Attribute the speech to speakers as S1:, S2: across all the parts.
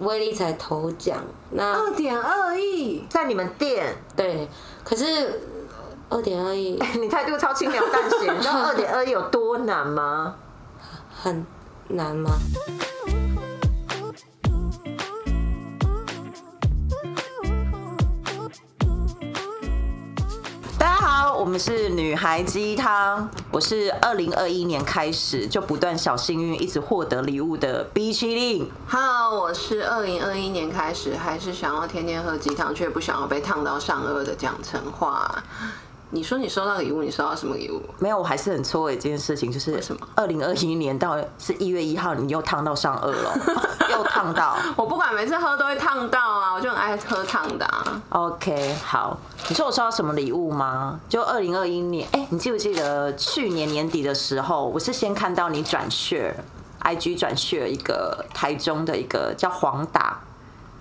S1: 威力才头奖。那
S2: 二点二亿，
S3: 在你们店，
S1: 对，可是呃二点二亿
S3: 你态度超轻描 淡写，你知道二点二有多难吗？
S1: 很难吗？
S3: 大家好，我们是女孩鸡汤，我是二零二一年开始就不断小幸运，一直获得礼物的 B 七令。
S2: Hello，我是二零二一年开始，还是想要天天喝鸡汤，却不想要被烫到上颚的蒋成话。你说你收到礼物，你收到什么礼物？
S3: 没有，我还是很错愕一件事情，就是
S2: 为什么
S3: 二零二一年到是一月一号，你又烫到上颚了， 又烫到。
S2: 我不管，每次喝都会烫到啊，我就很爱喝烫的、啊。
S3: OK，好，你说我收到什么礼物吗？就二零二一年，哎、你记不记得去年年底的时候，我是先看到你转血，IG 转血一个台中的一个叫黄达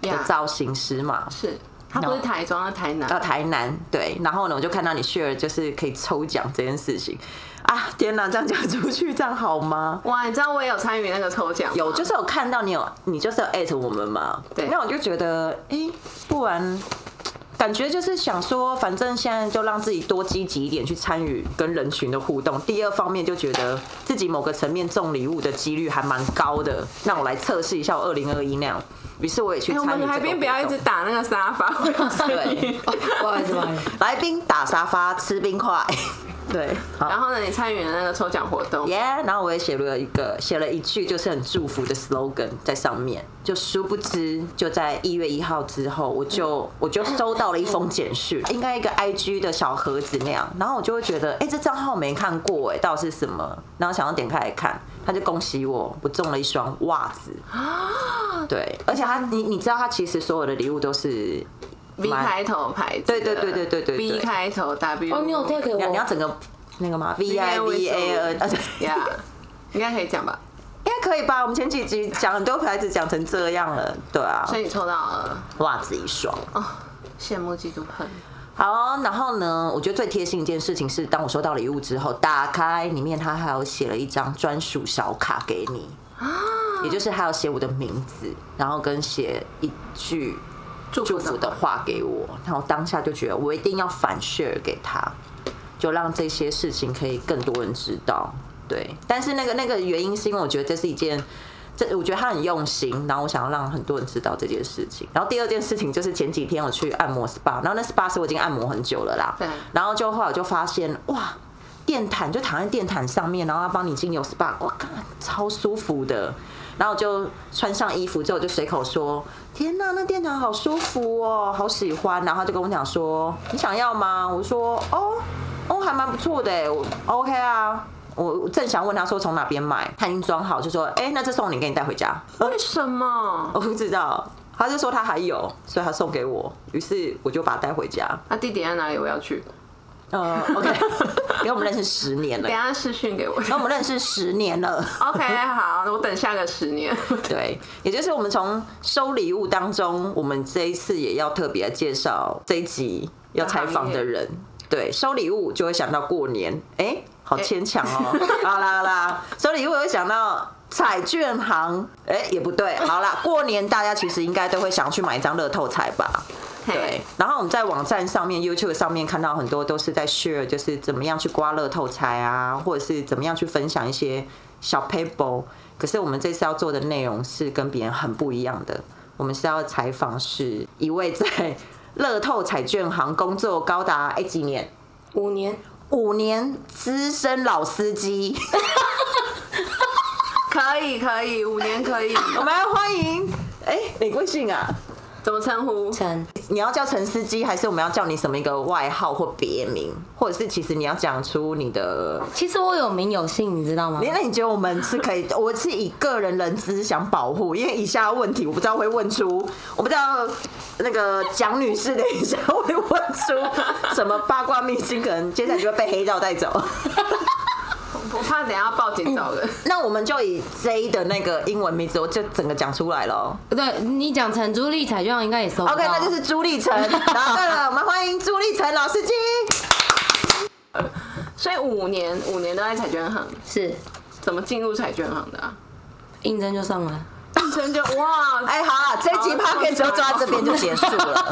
S3: 的
S2: Yeah，
S3: 造型师嘛
S2: 是，呃他不是
S3: No
S2: 台中，他台南。
S3: 到台南，对，然后呢，我就看到你 share 就是可以抽奖这件事情，啊，天哪，这样讲出去这样好吗？
S2: 哇，你知道我也有参与那个抽奖吗，
S3: 有，就是有看到你有，你就是有艾特我们嘛，
S2: 对
S3: 那我就觉得，诶，不然。感觉就是想说，反正现在就让自己多积极一点去参与跟人群的互动。第二方面就觉得自己某个层面中礼物的几率还蛮高的，让我来测试一下我二零二一那样。于是我也去
S2: 哎我
S3: 参与
S2: 们
S3: 这个活动。
S2: 来宾不要一直打那个沙发，会有声 音。
S1: 哦不好意思，不好意思，
S3: 来宾打沙发吃冰块，对，好。
S2: 然后呢，你参与了那个抽奖活动，
S3: 耶然后我也写了一个，写了一句就是很祝福的 slogan 在上面。就殊不知，就在一月一号之后，我就我就收到了一封简讯，应该一个 IG 的小盒子那样。然后我就会觉得，哎、这账号没看过、哎，到底是什么？然后想要点开来看，他就恭喜我，我中了一双袜子。
S2: 啊
S3: 对，而且他，你你知道，他其实所有的礼物都是
S2: B
S3: 蛮
S2: 开头牌子的，
S3: 对对对对对对对
S2: ，B 开头 W，
S1: 哦，你有带给
S3: 你要你要
S1: 我，
S3: 整个那个吗？V I
S2: VI
S3: V A N，啊 对
S2: 呀，应该可以讲 吧？
S3: 应该可以吧？我们前几集讲很多牌子讲成这样了，对啊，
S2: 所以你抽到了，
S3: 袜子一双。
S2: 哦，羡慕嫉妒恨，
S3: 好，然后呢，我觉得最贴心一件事情是，当我收到礼物之后，打开里面它还有写了一张专属小卡给你，也就是还有写我的名字，然后跟写一句
S2: 祝
S3: 祝
S2: 福
S3: 福
S2: 的
S3: 的话给我，然后当下就觉得我一定要反 share 给他，就让这些事情可以更多人知道。对，但是那个那个原因是因为我觉得这是一件，这我觉得他很用心，然后我想要让很多人知道这件事情。然后第二件事情就是前几天我去按摩 SPA，然后那 SPA 是我已经按摩很久了啦，
S2: 对
S3: 然后就后来我就发现哇。电毯就躺在电毯上面，然后他帮你精油 SPA，哇，干超舒服的。然后就穿上衣服之后，就随口说：“天哪，那电毯好舒服哦，好喜欢。”然后他就跟我讲说：“你想要吗？”我说：“哦，哦，还蛮不错的耶，我 OK 啊。”我正想问他说从哪边买，他已经装好，就说：“哎、那这送你，给你带回家。”
S2: 为什么？
S3: 我不知道，他就说他还有，所以他送给我，于是我就把它带回家。
S2: 那地点在哪里？我要去。
S3: 呃，OK，因为我们认识十年了
S2: 等一，下视讯给我。
S3: 然后我们认识十年了。
S2: OK，好，我等下个十年。
S3: 对，也就是我们从收礼物当中，我们这一次也要特别介绍这一集要采访的人。对，收礼物就会想到过年，哎、好牵强哦。 好啦好啦，收礼物会想到彩券行，哎、也不对。好啦，过年大家其实应该都会想要去买一张乐透彩吧。 对
S2: 嘿，，
S3: 然后我们在网站上面、YouTube 上面看到很多都是在 share，就是怎么样去刮乐透彩啊，或者是怎么样去分享一些小 paper。可是我们这次要做的内容是跟别人很不一样的，我们是要采访是一位在乐透彩券行工作高达哎、几年
S1: 五年，
S3: 五年资深老司机，
S2: 可以可以，五年可以。
S3: 我们要欢迎哎、你贵姓啊？
S2: 怎么称呼？
S1: 陈
S3: 你要叫陈司机，还是我们要叫你什么一个外号或别名，或者是其实你要讲出你的
S1: 其实我有名有姓，你知道吗
S3: 你？那你觉得我们是可以？我是以个人人资想保护，因为以下问题我不知道会问出，我不知道那个蒋女士等一下会问出什么八卦秘辛，可能接下来就会被黑道带走。
S2: 我怕等一下报警找人。
S3: 那我们就以 J 的那个英文名字，我就整个讲出来了。
S1: 对你讲陈朱丽彩妆应该也收不到
S3: OK，那就是朱 立成。答对了，我们欢迎朱立成老司机。
S2: 所以五年五年都在彩券行，
S1: 是
S2: 怎么进入彩券行的啊？
S1: 应征就上了。
S2: 单纯就哇，
S3: 哎，好了，这集 p o d c a 就抓这边就结束了。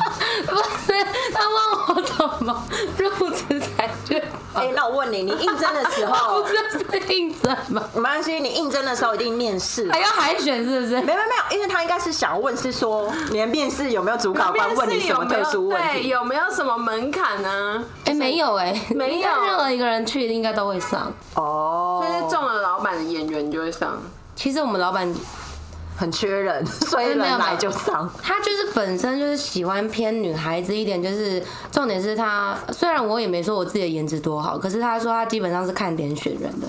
S1: 不是，他问我怎么入职才去，
S3: 哎，那我问你，你应征的时候
S1: 不，是是应征吗？
S3: 没关系，你应征的时候一定面试。
S1: 还要海选是不是？
S3: 没没没有，因为他应该是想要问是说，你的面试有没有主考官
S2: 面
S3: 问你
S2: 试
S3: 什
S2: 有
S3: 么
S2: 没
S3: 特
S2: 有
S3: 殊问
S2: 对
S3: 题？
S2: 有没有什么门槛呢？
S1: 哎、没有哎、
S2: 没有
S1: 应该任何一个人去应该都会上。
S3: 哦，
S2: 就是中了老板的演员就会上，
S1: 其实我们老板
S3: 很缺人，所以人来就上。
S1: 他就是本身就是喜欢偏女孩子一点，就是重点是他虽然我也没说我自己的颜值多好，可是他说他基本上是看脸选人的，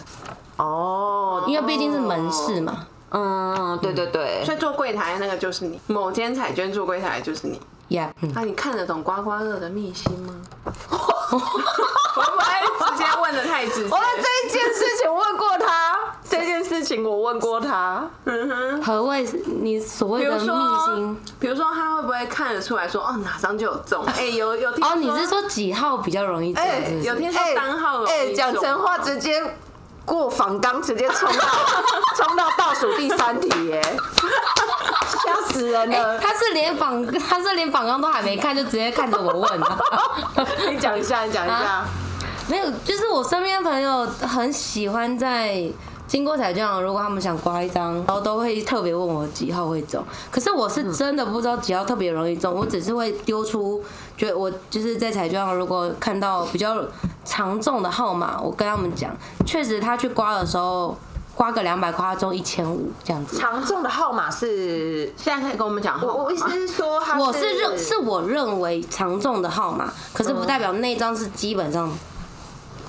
S3: 哦，
S1: 因为毕竟是门市嘛。
S3: 嗯，对对对，
S2: 所以做柜台那个就是你，某间彩券做柜台就是你。
S1: Yeah，嗯，
S2: 那、你看得懂刮刮乐的秘辛吗？ 我不会直接问的太直接
S3: 我。们这一件事情问过他，这件事情我问过他。
S2: 嗯哼，
S1: 何谓你所谓
S2: 比
S1: 的
S2: 如
S1: 秘
S2: 说
S1: 辛？，
S2: 比如说他会不会看得出来说，哦，哪张就有 中？哎、有有听
S1: 哦，你是说几号比较容易中？
S2: 哎
S1: 是不是
S2: 有听说单号容易
S3: 哎，
S2: 中
S3: 讲真话，直接过仿纲，直 接冲到冲到倒数第三题耶，吓死人
S2: 哎
S3: 了！
S1: 哎他是连访， 他是连访纲都还没看，就直接看着我问啊的。
S3: 你讲一下，你讲一下
S1: 啊。没有，就是我身边的朋友很喜欢在经过彩券行，如果他们想刮一张，然后都会特别问我几号会中。可是我是真的不知道几号特别容易中，我只是会丢出，觉得我就是在彩券行如果看到比较常中的号码，我跟他们讲，确实他去刮的时候。刮个两百块，他中一千五这样子。
S3: 常中的号码是，
S2: 现在可以跟我们讲号码
S3: 我
S2: 吗
S3: 我意思是说他，
S1: 我是认是我认为常中的号码，可是不代表那张是基本上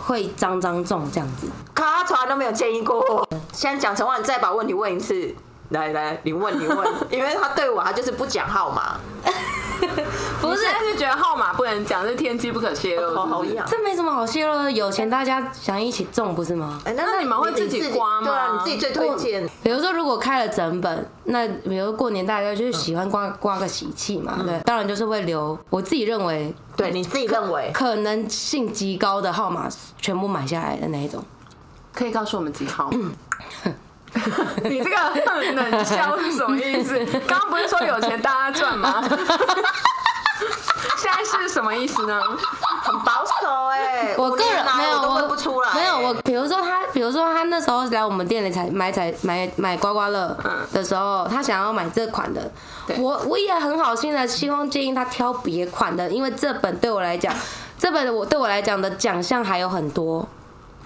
S1: 会张张中这样子。
S3: 他从来都没有建议过我。现在讲成话，你再把问题问一次。来来，你问你问，因为他对我他就是不讲号码，
S1: 不是
S2: 你，现在是觉得号码不能讲，是天机不可泄露。哦
S3: 好
S2: 是
S3: 哦好
S2: 不是
S3: 痒。
S1: 这没什么好泄露的，有钱大家想一起中不是吗？
S3: 哎，那
S2: 那你们会自己刮吗
S3: 对啊，你自己最推荐。
S1: 比如说，如果开了整本，那比如过年大家就是喜欢刮刮个喜气嘛，对，当然就是会留。我自己认为
S3: 对，你自己认为
S1: 可能性极高的号码全部买下来的那一种，
S2: 可以告诉我们几号吗？ 你这个哼冷笑是什么意思？刚刚不是说有钱大家赚吗？ 现在是什么意思呢？
S3: 很保守哎、
S1: 我个人
S3: 五年来
S1: 没有，
S3: 我都问不出来、欸
S1: 没有我，比如说他，比如说他那时候来我们店里才买彩买买刮刮乐
S2: 嗯
S1: 的时候，他想要买这款的，我我也很好心的希望建议他挑别款的，因为这本对我来 讲，这本我对我来讲的奖项还有很多。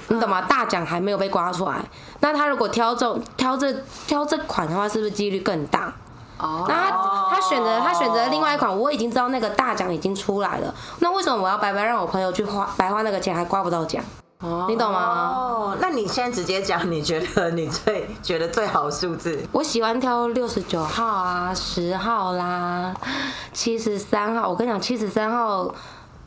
S1: 你懂吗？
S3: 嗯
S1: 大奖还没有被刮出来，那他如果挑中挑这挑这款的话，是不是几率更大？
S2: 哦，
S1: 那他他选择他选择另外一款，我已经知道那个大奖已经出来了，那为什么我要白白让我朋友去花白花那个钱，还刮不到奖？你懂吗？
S3: 哦，那你先直接讲，你觉得你最觉得最好的数字？
S1: 我喜欢挑六十九号啊，十号啦，七十三号。我跟你讲，七十三号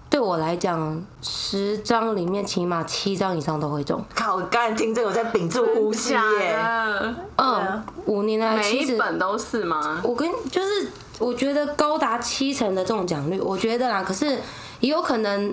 S1: 对我来讲，十张里面起码七张以上都会中。
S2: 啊
S3: 靠，我刚才听这个我在屏住呼吸
S2: 假
S3: 耶、
S2: 的，
S1: 嗯，五年来
S2: 每
S1: 七
S2: 一
S1: 十，
S2: 本都是吗？
S1: 我跟就是我觉得高达七成的中奖率，我觉得啦，可是也有可能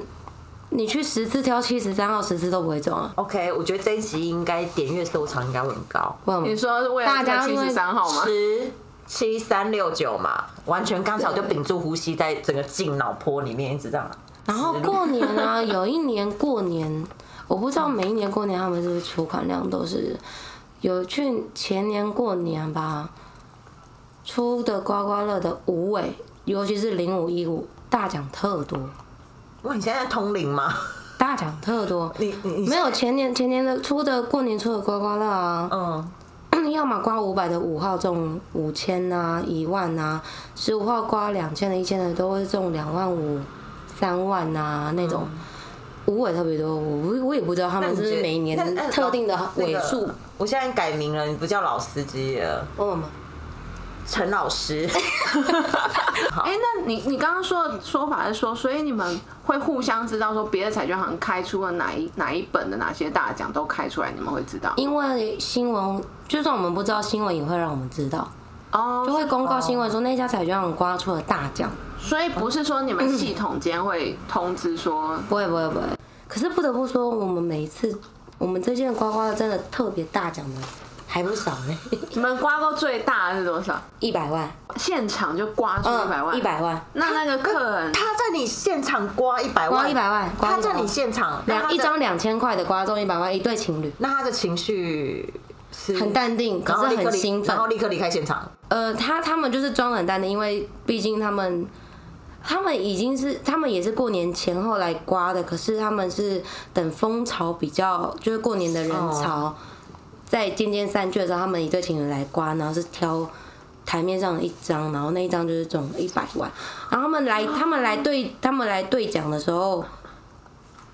S1: 你去十次挑七十三号，十次都不会中啊。
S3: OK，我觉得这一集应该点阅收藏应该会很高，
S1: 为什么
S2: 你说为
S1: 大
S2: 了
S1: 家
S2: 七
S1: 因为
S2: 十三号吗？
S3: 十七三六九嘛，完全刚才我就屏住呼吸，在整个进脑波里面一直这样。
S1: 然后过年啊，有一年过年，我不知道每一年过年他们是不是出款量都是有去前年过年吧出的刮刮乐的五尾，尤其是零五一五大奖特多，
S3: 哇，你现在在通灵吗？
S1: 大奖特多。
S3: 你你你
S1: 没有前年前年的出的过年出的刮刮乐啊，
S3: 嗯，
S1: 要么刮五百的五号中五千啊、一万啊，十五号刮两千的、一千的都会中两万五、三万啊那种。五尾特别多，我不我也不知道他
S3: 嗯那
S1: 们
S3: 你
S1: 是不是
S3: 觉得
S1: 每一
S3: 那
S1: 年
S3: 那
S1: 特定的
S3: 那
S1: 尾
S3: 个哦
S1: 数。
S3: 我现在改名了，你不叫老司机了，
S1: 问我们
S3: 陈 老师。
S2: 哎、那你你刚刚说的说法是说，所以你们会互相知道说别的彩券行开出了哪一哪一本的哪些大奖都开出来，你们会知道
S1: 因为新闻，就算我们不知道新闻，也会让我们知道，
S2: 哦。
S1: 就会公告新闻说那家彩券行刮出了大奖。
S2: 所以不是说你们系统间会通知说，
S1: 不会不会不会。可是不得不说，我们每一次我们这件刮刮乐真的特别大奖的，还不少呢，
S2: 你们刮过最大的是多少？
S1: 一百万，
S2: 现场就刮出一百
S1: 嗯
S2: 万，
S1: 一百、0万，
S2: 那那个客人
S3: 他在你现场刮一百万，
S1: 刮一百万，刮
S3: 他
S1: 100
S3: 在
S1: 万
S3: 你现场那他
S1: 两
S3: 的
S1: 一张两千块的刮中一百万，一对情侣
S3: 那他的情绪是
S1: 很，淡定，可
S3: 然后
S1: 是
S3: 立刻
S1: 很
S3: 离
S1: 兴奋
S3: 然后。立刻离开现场。
S1: 呃，他他们就是装得很淡定，因为毕竟他们。他们已经是，他们也是过年前后来刮的，可是他们是等风潮比较，就是过年的人潮，在渐渐散去的时候，他们一对情侣来刮，然后是挑台面上的一张，然后那一张就是中一百万。然后他们来，他们来对，他们来对讲的时候，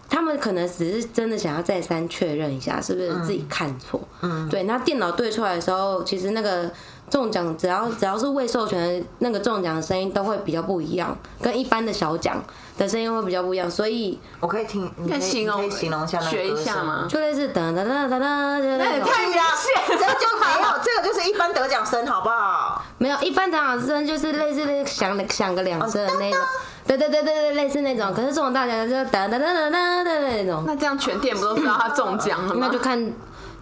S1: 他们可能只是真的想要再三确认一下，是不是自己看错。嗯，对。那电脑对出来的时候，其实那个中奖只要只要是未授权的那个中奖的声音都会比较不一样，跟一般的小奖的声音会比较不一样，所以
S3: 我可以听，你可
S2: 再
S3: 以
S2: 形
S3: 你
S2: 容
S3: 可以形容一下那个
S2: 学一
S3: 歌
S2: 下
S3: 声
S2: 吗？
S1: 就类似噔噔噔噔噔，就是
S2: 那
S1: 那
S2: 也
S1: 种。
S2: 太明
S3: 这
S2: 显了，
S3: 就没有，这个就是一般得奖生，好不好？
S1: 没有，一般长老声就是类似那个响的响个两声的那种，对对对对对，类似那种。可是这种大奖就噔噔噔噔噔噔那种，
S2: 那这样全店不都知道他中奖了吗？
S1: 那就看。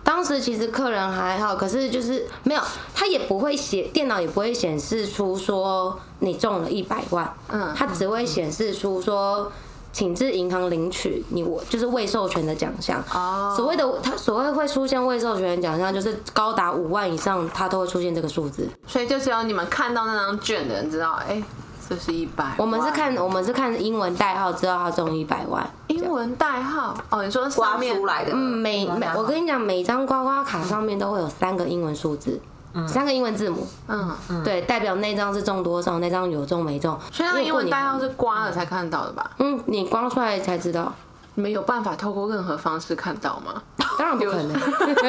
S1: 当时其实客人还好，可是就是没有，他也不会写，电脑也不会显示出说你中了一百万，
S2: 嗯
S1: 他只会显示出说，请至银行领取你我就是未授权的奖项。
S2: 哦
S1: 所谓的他所谓会出现未授权的奖项，就是高达五万以上，它都会出现这个数字。
S2: 所以就只有你们看到那张卷的人知道，哎、这是一百。
S1: 我们是看我们是看英文代号，知道他中一百万。
S2: 英文代号哦，你说
S3: 刮
S2: 上面
S3: 出来的，
S1: 嗯，每每我跟你讲，每张刮刮卡上面都会有三个英文数字，三个英文字母，
S2: 嗯，
S1: 对，代表那张是中多少，那张有中没中。
S2: 所以
S1: 因
S2: 那个
S1: 为
S2: 英
S1: 过
S2: 文
S1: 年
S2: 代号是刮了才看到的吧？
S1: 嗯，你刮出来才知道，
S2: 你们有办法透过任何方式看到吗？
S1: 当然不可能。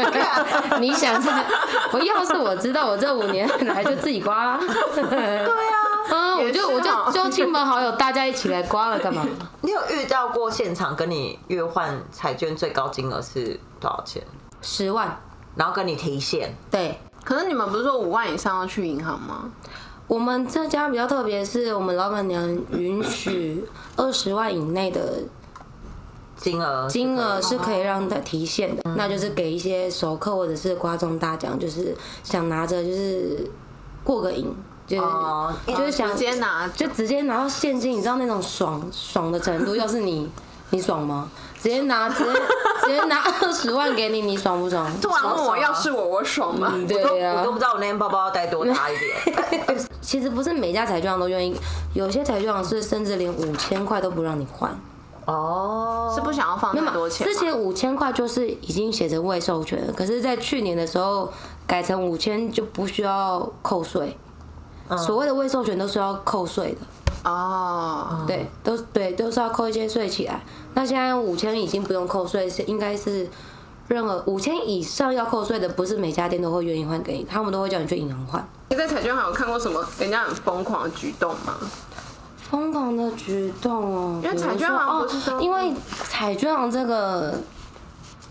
S1: 你想这，我要是我知道，我这五年 来就自己刮 啦。对啊，嗯，我
S2: 也是
S1: 就我
S2: 哦
S1: 就就亲朋好友大家一起来刮了，干嘛？
S3: 你有遇到过现场跟你约换彩券最高金额是多少钱，
S1: 十万，
S3: 然后跟你提现，
S1: 对，
S2: 可是你们不是说五万以上要去银行吗？
S1: 我们这家比较特别，是我们老板娘允许二十万以内的
S3: 金额
S1: 金额是可以让他提现
S3: 嗯
S1: 的，那就是给一些熟客或者是刮中大奖，就是想拿着就是过个瘾，就是、
S3: 哦
S2: 嗯
S1: 就是想
S2: 直接拿
S1: 就直接拿到现金，你知道那种爽爽的程度，要是你 你爽吗？直接拿直接直接拿二十万给你，你爽不爽？
S2: 突然问我，要是我，我爽吗？
S1: 嗯
S3: 我都
S1: 对
S3: 我
S1: 啊
S3: 都，不知道我那天包包要带多大一 点，
S1: 其实不是每家彩券行都愿意，有些彩券行是甚至连五千块都不让你换。
S3: 哦，
S2: 是不想要放
S1: 没有
S2: 太
S1: 嘛
S2: 多钱吗
S1: 之前五千块就是已经写着未授权了，可是，在去年的时候改成五千就不需要扣税。
S2: 嗯
S1: 所谓的未授权都是要扣税的，
S2: 哦，
S1: 对，都对都是要扣一些税起来。那现在五千已经不用扣税，是应该是任何五千以上要扣税的，不是每家店都会愿意换给你，他们都会叫你去银行换。
S2: 你在彩券行有看过什么人家很疯狂的举动吗？
S1: 疯狂的举动哦，
S2: 因为
S1: 比如
S2: 彩券
S1: 说
S2: 行
S1: 哦
S2: 不是都
S1: 因为彩券行这个，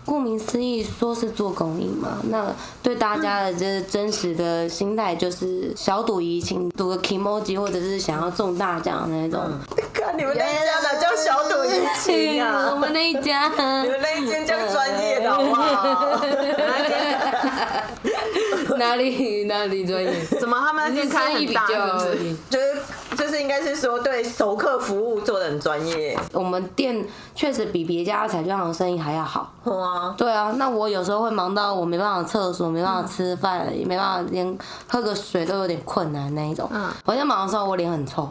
S1: 顾名思义说是做公益嘛，那对大家的这真实的心态就是小赌怡情，赌个 emoji 或者是想要中大奖的那种。
S2: 嗯
S3: 看你们那一家的叫小赌怡情
S1: 我
S3: 啊，
S1: 们那一 家，
S3: 你们那一间叫专业的好不好？
S1: 哪里哪里专业？
S2: 怎么他们那店开
S1: 生意
S2: 很
S1: 比
S2: 大
S1: 较
S2: 是
S1: 而
S2: 不是？
S1: 已。
S3: 就是就是应该是说对熟客服务做的很专业，
S1: 我们店确实比别家的彩券行生意还要好。
S3: 哇，
S1: 对啊，那我有时候会忙到我没办法厕所，没办法吃饭，也没办法连喝个水都有点困难那一种。
S2: 嗯
S1: 我在忙的时候我脸很臭，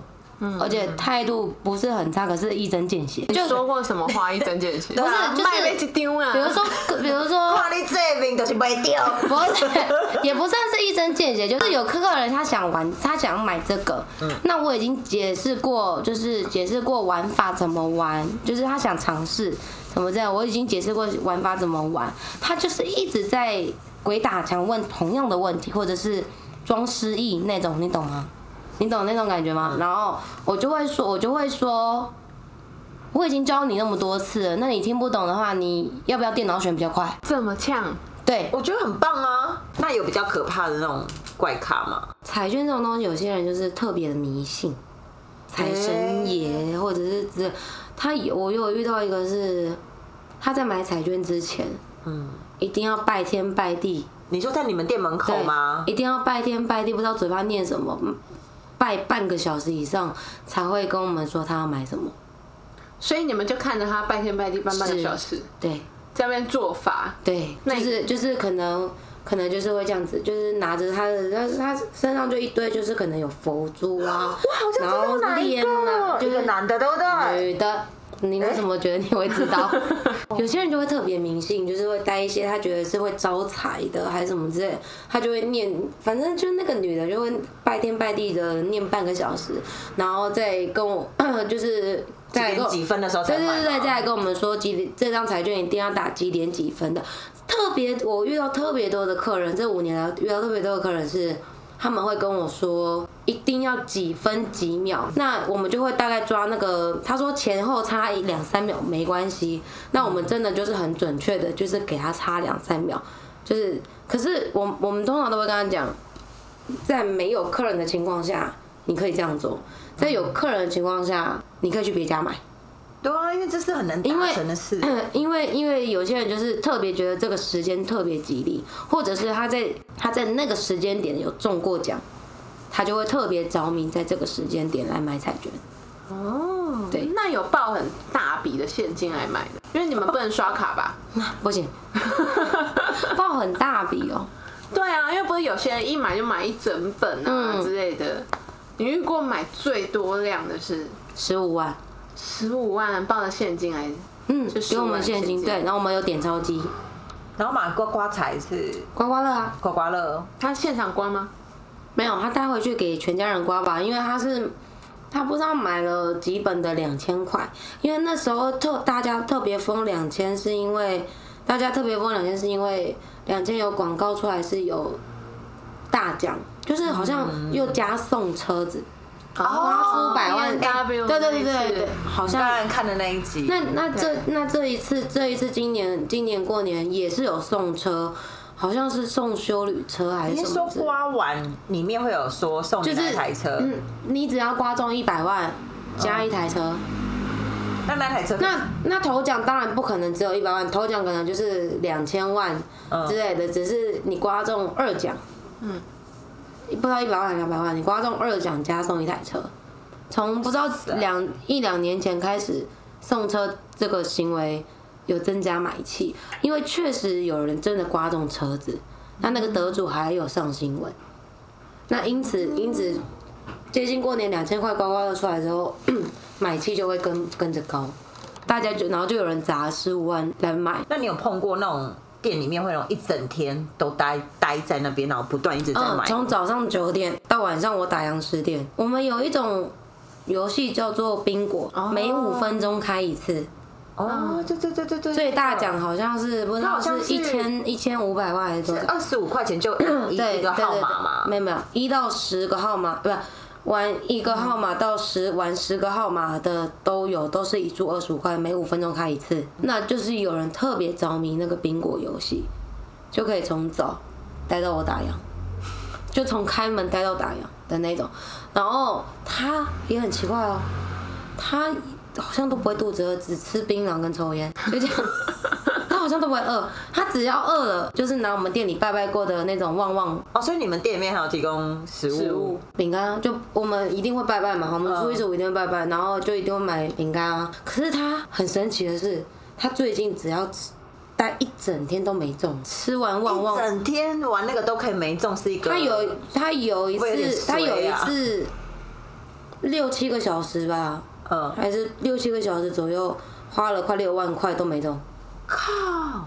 S1: 而且态度不是很差，可是一针见血。就
S2: 就说过什么话一针 见血？
S1: 不是
S2: 啊
S1: 就是
S2: 卖被一丢啊！
S1: 比 如说，比如说。
S3: 哇，你这名就是没掉，
S1: 不是， 也不算是一针见血，就是有客人他想玩，他想买这个，那我已经解释过，就是解释过玩法怎么玩，就是他想尝试怎么这样，我已经解释过玩法怎么玩，他就是一直在鬼打墙问同样的问题，或者是装失忆那种，你懂吗？你懂那种感觉吗？然后我就会说，我就会说。我已经教你那么多次了，那你听不懂的话，你要不要电脑选比较快？
S2: 这么呛，
S1: 对，
S3: 我觉得很棒啊。那有比较可怕的那种怪咖吗？
S1: 彩券这种东西，有些人就是特别的迷信，财神
S3: 哎
S1: 爷或者是只他有我有遇到一个是他在买彩券之前，嗯，一定要拜天拜地
S3: 你说在你们店门口
S1: 对
S3: 吗？
S1: 一定要拜天拜地，不知道嘴巴念什么，嗯拜半个小时以上才会跟我们说他要买什么。
S2: 所以你们就看着他拜天拜地拜半个小时，
S1: 对
S2: 在那边做法，
S1: 对，
S2: 那
S1: 就是就是可能可能就是会这样子，就是拿着他的，但是他身上就一堆，就是可能有佛珠啊，然后链啊，就
S3: 一
S1: 是
S3: 个男的，对不对？
S1: 女的。你为什么觉得你会知道？有些人就会特别迷信，就是会带一些他觉得是会招财的，还是什么之类的，他就会念，反正就那个女的就会拜天拜地的念半个小时，然后再跟我 就是再来跟
S3: 点
S1: 我
S3: 几分的时候才
S1: 对
S3: 买
S1: 对
S3: 吗？
S1: 对对，再来跟我们说几这张彩券一定要打几点几分的。特别我遇到特别多的客人，这五年来遇到特别多的客人是。他们会跟我说一定要几分几秒，那我们就会大概抓那个。他说前后差一两三秒没关系，那我们真的就是很准确的，就是给他差两三秒，就是。可是我我们通常都会跟他讲，在没有客人的情况下，你可以这样做；在有客人的情况下，你可以去别家买。
S3: 对啊，因为这是很难
S1: 因为嗯
S3: 达成的事。
S1: 因为因为有些人就是特别觉得这个时间特别吉利，或者是他在他在那个时间点有中过奖，他就会特别着迷在这个时间点来买彩券。
S2: 哦，
S1: 对
S2: 那有报很大笔的现金来买的，因为你们不能刷卡吧？
S1: 不行，报很大笔哦、
S2: 对啊，因为不是有些人一买就买一整本啊、
S1: 嗯
S2: 之类的。你遇过买最多量的是
S1: 十五万，
S2: 十五万报的现金来，
S1: 嗯
S2: 就，15
S1: 给我们
S2: 万
S1: 现
S2: 现
S1: 金，
S2: 金
S1: 对，然后我们有点钞机，
S3: 然后买刮刮彩是
S1: 刮刮乐啊，
S3: 刮刮乐，
S2: 他现场刮吗？
S1: 没有，他带回去给全家人刮吧，因为他是他不知道买了几本的两千块，因为那时候特大家特别疯两千，是因为大家特别疯两千，是因为两千有广告出来是有大奖，就是好像又加送车子，刮出百万，对
S2: BMW
S1: 对对
S2: 那一
S1: 对
S2: 次
S1: 对，好
S3: 当
S1: 像。
S3: 然看的那一集。
S1: 那那这那这一次这一次今年今年过年也是有送车，好像是送修旅车还
S3: 你
S1: 是
S3: 是
S1: 什
S3: 说
S1: 么之类的？
S3: 刮完里面会有说送哦你
S1: 就是
S3: 哪一台车？
S1: 嗯，你只要刮中一百万，加一台车。
S3: 哦那那台车
S1: 那那头奖当然不可能只有一百万，头奖可能就是两千万
S3: 嗯
S1: 之类的，只是你刮中二奖，
S2: 嗯，
S1: 不知道一百万还两百万，你刮中二奖加送一台车。从不知道
S3: 啊
S1: 两一两年前开始，送车这个行为有增加买气，因为确实有人真的刮中车子，那那个得主还有上新闻，那因此因此接近过年两千块刮刮乐出来之后， 买气就会跟跟着高，大家就然后就有人砸十五万来买，
S3: 那你有碰过那种店里面会有一整天都待待在那边，然后不断一直在
S1: 嗯，
S3: 买？
S1: 从早上九点到晚上我打烊十点，我们有一种游戏叫做宾果，每五分钟开一次，
S3: 哦，对对对对
S1: 嗯
S3: 对，
S1: 最大奖好像是不知
S3: 它
S1: 道
S3: 好像
S1: 是一
S3: 是
S1: 千一千五百万还是多少。
S3: 二十五块钱就一
S1: 对
S3: 一个
S1: 对
S3: 号
S1: 对
S3: 码嘛
S1: 对，没。有没有，一到十个号码，不是玩一个号码到十玩十个号码的都有，都是一注二十五块，每五分钟开一次。那就是有人特别着迷那个宾果游戏，就可以从早待到我打烊，就从开门待到打烊的那种。然后他也很奇怪哦，他好像都不会肚子饿，只吃槟榔跟抽烟，就这样。 他好像都不会饿，他只要饿了，就是拿我们店里拜拜过的那种旺旺
S3: 哦，所以你们店里面还有提供食物，
S2: 食物
S1: 饼干啊，就我们一定会拜拜
S3: 嗯
S1: 嘛，我们初一十五一定会拜拜，然后就一定会买饼干啊。可是他很神奇的是，他最近只要吃待一整天都没中，吃完旺
S3: 一
S1: 旺，
S3: 整天玩那个都可以没中，是一个。
S1: 他有他有一
S3: 我有点
S1: 次
S3: 衰啊
S1: 他有一次六七个小时吧，
S3: 嗯，
S1: 还是六七个小时左右，花了快六万块都没中，
S3: 靠，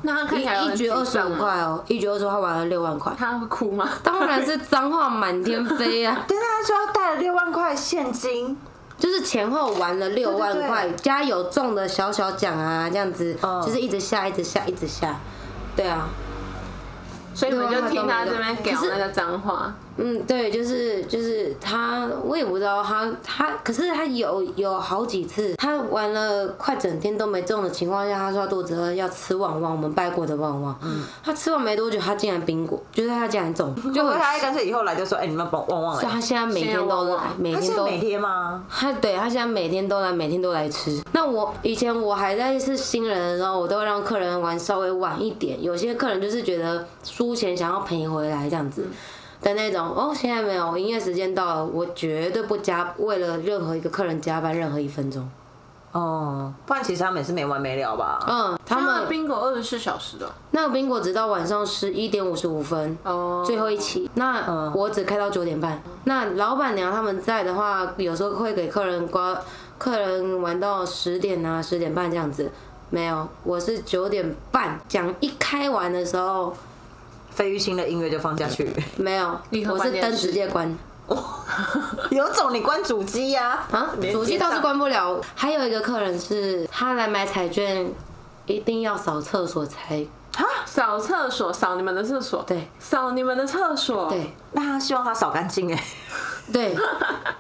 S2: 那他看
S1: 一
S2: 起来
S1: 一局二十
S3: 啊
S1: 五块，哦，一局二十块玩了六万块，
S2: 啊他会哭吗？
S1: 当然是脏话满天飞啊。
S3: 对啊，他说要带了六万块现金，
S1: 就是前后玩了六万
S3: 对对对
S1: 块，加有中的小小奖啊，这样子，
S3: 嗯
S1: 就是一直下，一直下，一直下，对啊，
S2: 所以你们就听他这边
S1: 可
S2: 讲
S1: 是
S2: 那个脏话，
S1: 嗯，对，就是就是他，我也不知道他他，可是他有有好几次，他玩了快整天都没中的情况下，他说他肚子饿要吃旺旺，我们拜过的旺旺，他吃完没多久，他竟然冰果，就是他竟然中，就
S3: 就
S1: 很，
S3: 嗯他干脆以后来就说，哎、你们帮旺旺
S1: 所以
S3: 来。
S1: 他现在每天都来，每
S3: 他
S1: 天
S3: 现在
S1: 都
S3: 每天吗？
S1: 他对他现在每天都来，每天都来吃。那我以前我还在是新人的时候，我都会让客人玩稍微晚一点。有些客人就是觉得输钱想要赔回来这样子的那种。哦，现在没有，营业时间到了，我绝对不加，为了任何一个客人加班任何一分钟。
S3: 哦，不然其实他们也是没完没了吧？
S1: 嗯，他
S2: 他
S1: 们
S2: 们 bingo 二十四小时的
S1: 那个宾果直到晚上十一点五十五分，
S2: 哦，
S1: 最后一期，那
S3: 嗯
S1: 我只开到九点半。那老板娘他们在的话，有时候会给客人刮，客人玩到十点啊、十点半这样子。没有，我是九点半讲一开完的时候，
S3: 费玉清的音乐就放 下去，
S1: 没有
S2: 立，刻
S1: 我
S2: 关
S1: 是
S2: 电
S1: 灯
S2: 视
S1: 直接关
S3: 有种你关主机呀、
S1: 啊，
S3: 连接
S1: 主机倒是
S3: 上
S1: 关不了。还有一个客人是他来买彩券，一定要扫厕所才
S2: 扫厕所，扫你们的厕所，
S1: 对，
S2: 扫你们的厕所，，
S1: 对
S3: 那他希望他扫干净 哎，
S1: 对。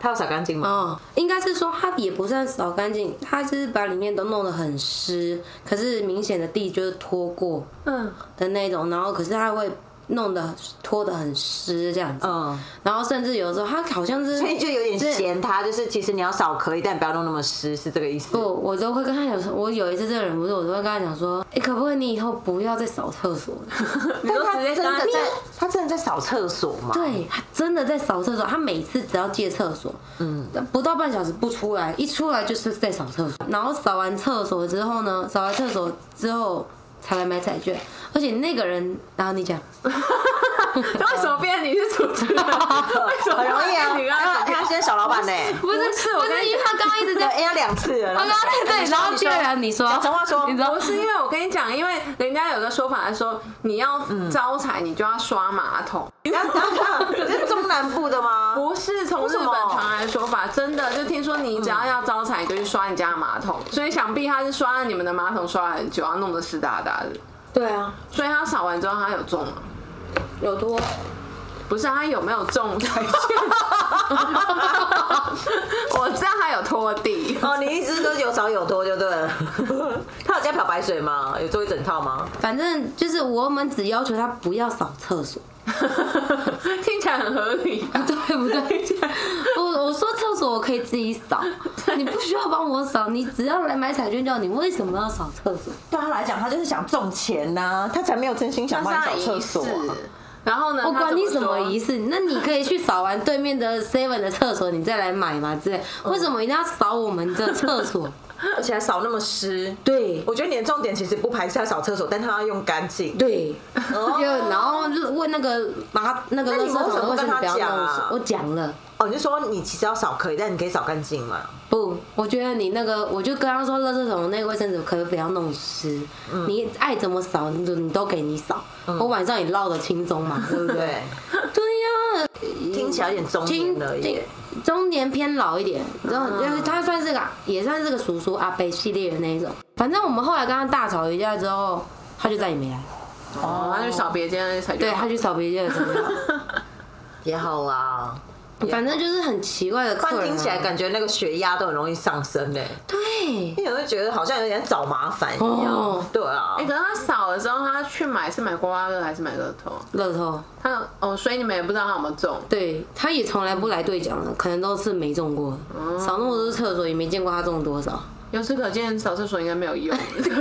S3: 他要扫干净吗？
S1: 哦，应该是说它也不算扫干净，它就是把里面都弄得很湿，可是明显的地就是拖过
S2: 嗯，
S1: 的那种，然后可是它会弄得拖得很湿这样子，
S2: 哦
S3: 嗯，
S1: 然后甚至有时候它好像是，
S3: 所以就有点
S1: 是
S3: 嫌他，就是其实你要扫可以，但不要弄那么湿，是这个意思
S1: 不，。
S2: 哦
S1: 我都会跟他讲说，我有一次真的忍不住，我都会跟他讲说，哎、可不可以你以后不要再扫厕所了？
S2: 你就
S3: 但他
S2: 直接
S3: 真
S2: 跟他
S3: 的在，他真的在扫厕所吗？，
S1: 对他真的在扫厕所，他每次只要借厕所，嗯，不到半小时不出来，一出来就是在扫厕所。然后扫完厕所之后呢，扫完厕所之后才来买彩券，而且那个人，然后你讲，
S2: 为什么变你是主持人？为什么
S3: 很容易啊
S2: 你。跟
S3: 他
S2: 他
S3: 他现在小老 板呢、欸，
S1: 不是
S2: 不是
S1: 不
S2: 我跟
S1: 是，
S2: 你
S1: 因为他刚刚一直
S3: 对，
S1: 在。
S3: 哎呀两次了。
S1: 他刚刚
S3: 你
S1: 对，
S3: 说
S1: 然后
S3: 你
S1: 居
S3: 说
S1: 然你说，
S3: 讲真话说
S1: 你知道
S2: 不是因为我跟你讲，因为人家有个说法是说，你要招财，你就要刷马桶。
S3: 然后然后你这是中南部的吗？
S2: 不是从日
S3: 为什
S2: 本
S3: 么
S2: 传来的说法，真的就听说你只要要招财，你就去刷你家的马桶，
S1: 嗯
S2: 所以想必他是刷了你们的马桶刷了很久，然后弄得湿哒哒的，
S1: 对啊，
S2: 所以他扫完之后他有中吗？
S1: 有多
S2: 不是他有没有中 彩券？我知道他有拖地，
S3: 哦，你一直都有少有多就对了。 他有加漂白水吗？有做一整套吗？
S1: 反正就是我们只要求他不要扫厕所，
S2: 听起来很合理、啊。
S1: 对不对？ 我我说厕所我可以自己扫，你不需要帮我扫，你只要来买彩券就好。你为什么要扫厕所？
S3: 对他来讲，他就是想挣钱呐、他才没有真心想帮你扫厕所、
S2: 他是
S3: 啊
S2: 仪。式然后呢？
S1: 我管哦你
S2: 他
S1: 什
S2: 怎
S1: 么啊
S2: 说
S1: 仪式，那你可以去扫完对面 的 Seven 的厕所，你再来买嘛之类。为什么一定要扫我们的厕所？
S3: 而且还扫那么湿。
S1: 对
S3: 我觉得你的重点其实不排斥他扫厕所，但他要用干净。
S1: 对，就然后问那个麻那个垃
S3: 那你
S1: 圾
S3: 们为
S1: 桶
S3: 什么
S1: 的
S3: 不
S1: 为什
S3: 跟
S1: 么
S3: 他
S1: 不要
S3: 讲
S1: 弄
S3: 啊
S1: 我讲了。
S3: 哦，你就说你其实要扫可以，但你可以扫干净嘛。
S1: 不，我觉得你那个，我就跟他说，垃圾桶的那个卫生纸可不可以不要弄湿，你爱怎么扫你你都给你扫，我晚上也落得轻松 嘛，对不对？
S3: 对，
S1: 对呀、
S3: 听起来有点中
S1: 经
S3: 年了耶。啊
S1: 经中年偏老一点，然后就是他算是个也算是个叔叔阿伯系列的那一种。反正我们后来跟他大吵一架之后，他就再也没来。
S3: 嗯
S2: 哦，他去扫别间的彩券。
S1: 对他去扫别人的 车票，
S3: 也好啦，
S1: 反正就是很奇怪的
S3: 不
S1: 客
S3: 然
S1: 人啊、
S3: 听起来感觉那个血压都很容易上升欸嘞，
S1: 对
S3: 因为我就觉得好像有点找麻烦一
S1: 哦
S3: 样。对啊
S2: 哎、，可是他扫的时候，他去买是买刮刮乐还是买乐透？
S1: 乐透，
S2: 他哦，所以你们也不知道他有没有中。
S1: 对他也从来不来兑奖了，可能都是没中过，
S3: 哦
S1: 扫那么多次厕所也没见过他中多少。
S2: 由此可见，扫厕所应该没有用，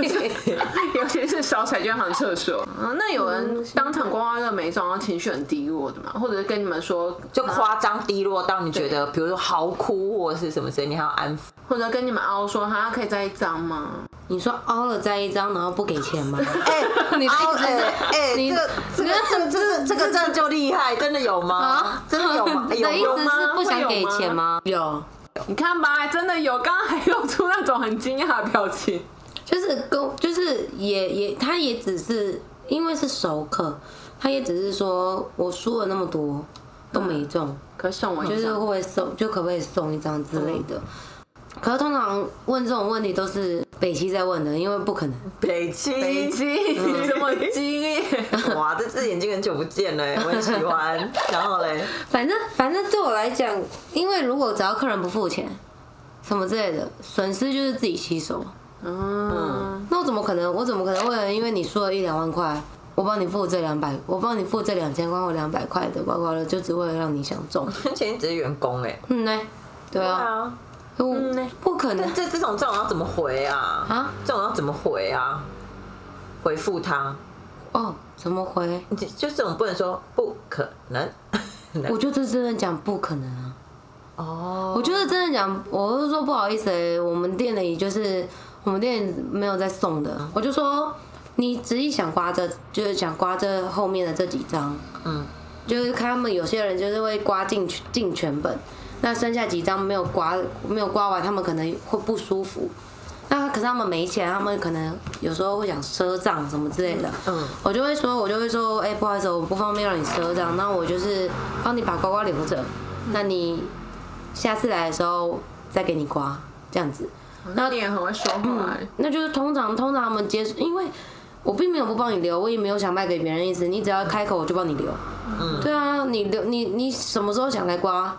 S2: 尤其是扫彩券行厕所。嗯，那有人当场刮刮乐没中，然后情绪很低落的嘛，或者是跟你们说，
S3: 就夸张低落到你觉得，比如说嚎哭或者是什么之类，你还要安抚。
S2: 或者跟你们凹说，他可以再一张吗？
S1: 你说凹了再一张，然后不给钱 吗？
S3: 哎，
S1: 你的
S3: 凹
S1: 意思
S3: 哎
S1: 是
S3: 哎，
S1: 你
S3: 这个这个这个这个这个真的就厉害，真的有吗
S1: 啊？，
S3: 真的有 吗？哎
S1: 你的意
S3: 有
S1: 思
S3: 吗？
S1: 是不想给钱吗？有，
S2: 你看吧，真的有，刚刚还露出那种很惊讶的表情。
S1: 就是跟就是也也，他也只是因为是熟客，他也只是说我输了那么多都没中，
S2: 可是送我一
S1: 就
S2: 张，
S1: 是会嗯不会送，就可不可以送一张之类的。可是通常问这种问题都是北七在问的，因为不可能。
S3: 北京，
S2: 北极这 么激烈，
S3: 哇，这只眼睛很久不见了，我很喜欢。然后嘞，
S1: 反正反正对我来讲，因为如果只要客人不付钱，什么之类的，损失就是自己吸收。
S2: 嗯，
S1: 那我怎么可能？我怎么可能为了因为你输了一两万块，我帮你付这两百，我帮你付这两千块或两百块的刮刮乐，就只为了让你想中？
S3: 之前只是员工哎，
S1: 嗯呢？对啊，，我不可能
S3: 但。这这种这种要怎么回啊？
S1: 啊，
S3: 这种要怎么回啊？回复他，
S1: 哦，怎么回？
S3: 你就就这种不能说不可能。
S1: 我觉得真的讲不可能啊！
S3: 哦，
S1: 我觉得真的讲，我是说不好意思、欸，我们店里就是我们店没有在送的，我就说你执意想刮这，就是想刮这后面的这几张，
S3: 嗯，
S1: 就是看他们有些人就是会刮进去进全本，那剩下几张没有刮没有刮完，他们可能会不舒服。那可是他们没钱，他们可能有时候会想赊账什么之类的。
S3: 嗯，
S1: 我就会说，我就会说，哎、不好意思，我不方便让你赊账，那我就是帮你把刮刮留着，那你下次来的时候再给你刮，这样子。
S2: 嗯那你也很会说 话欸，
S1: 那就是通常通常他们接，因为我并没有不帮你留，我也没有想卖给别人的意思，你只要开口我就帮你留。
S3: 嗯
S1: 对啊，你留你你什么时候想来刮，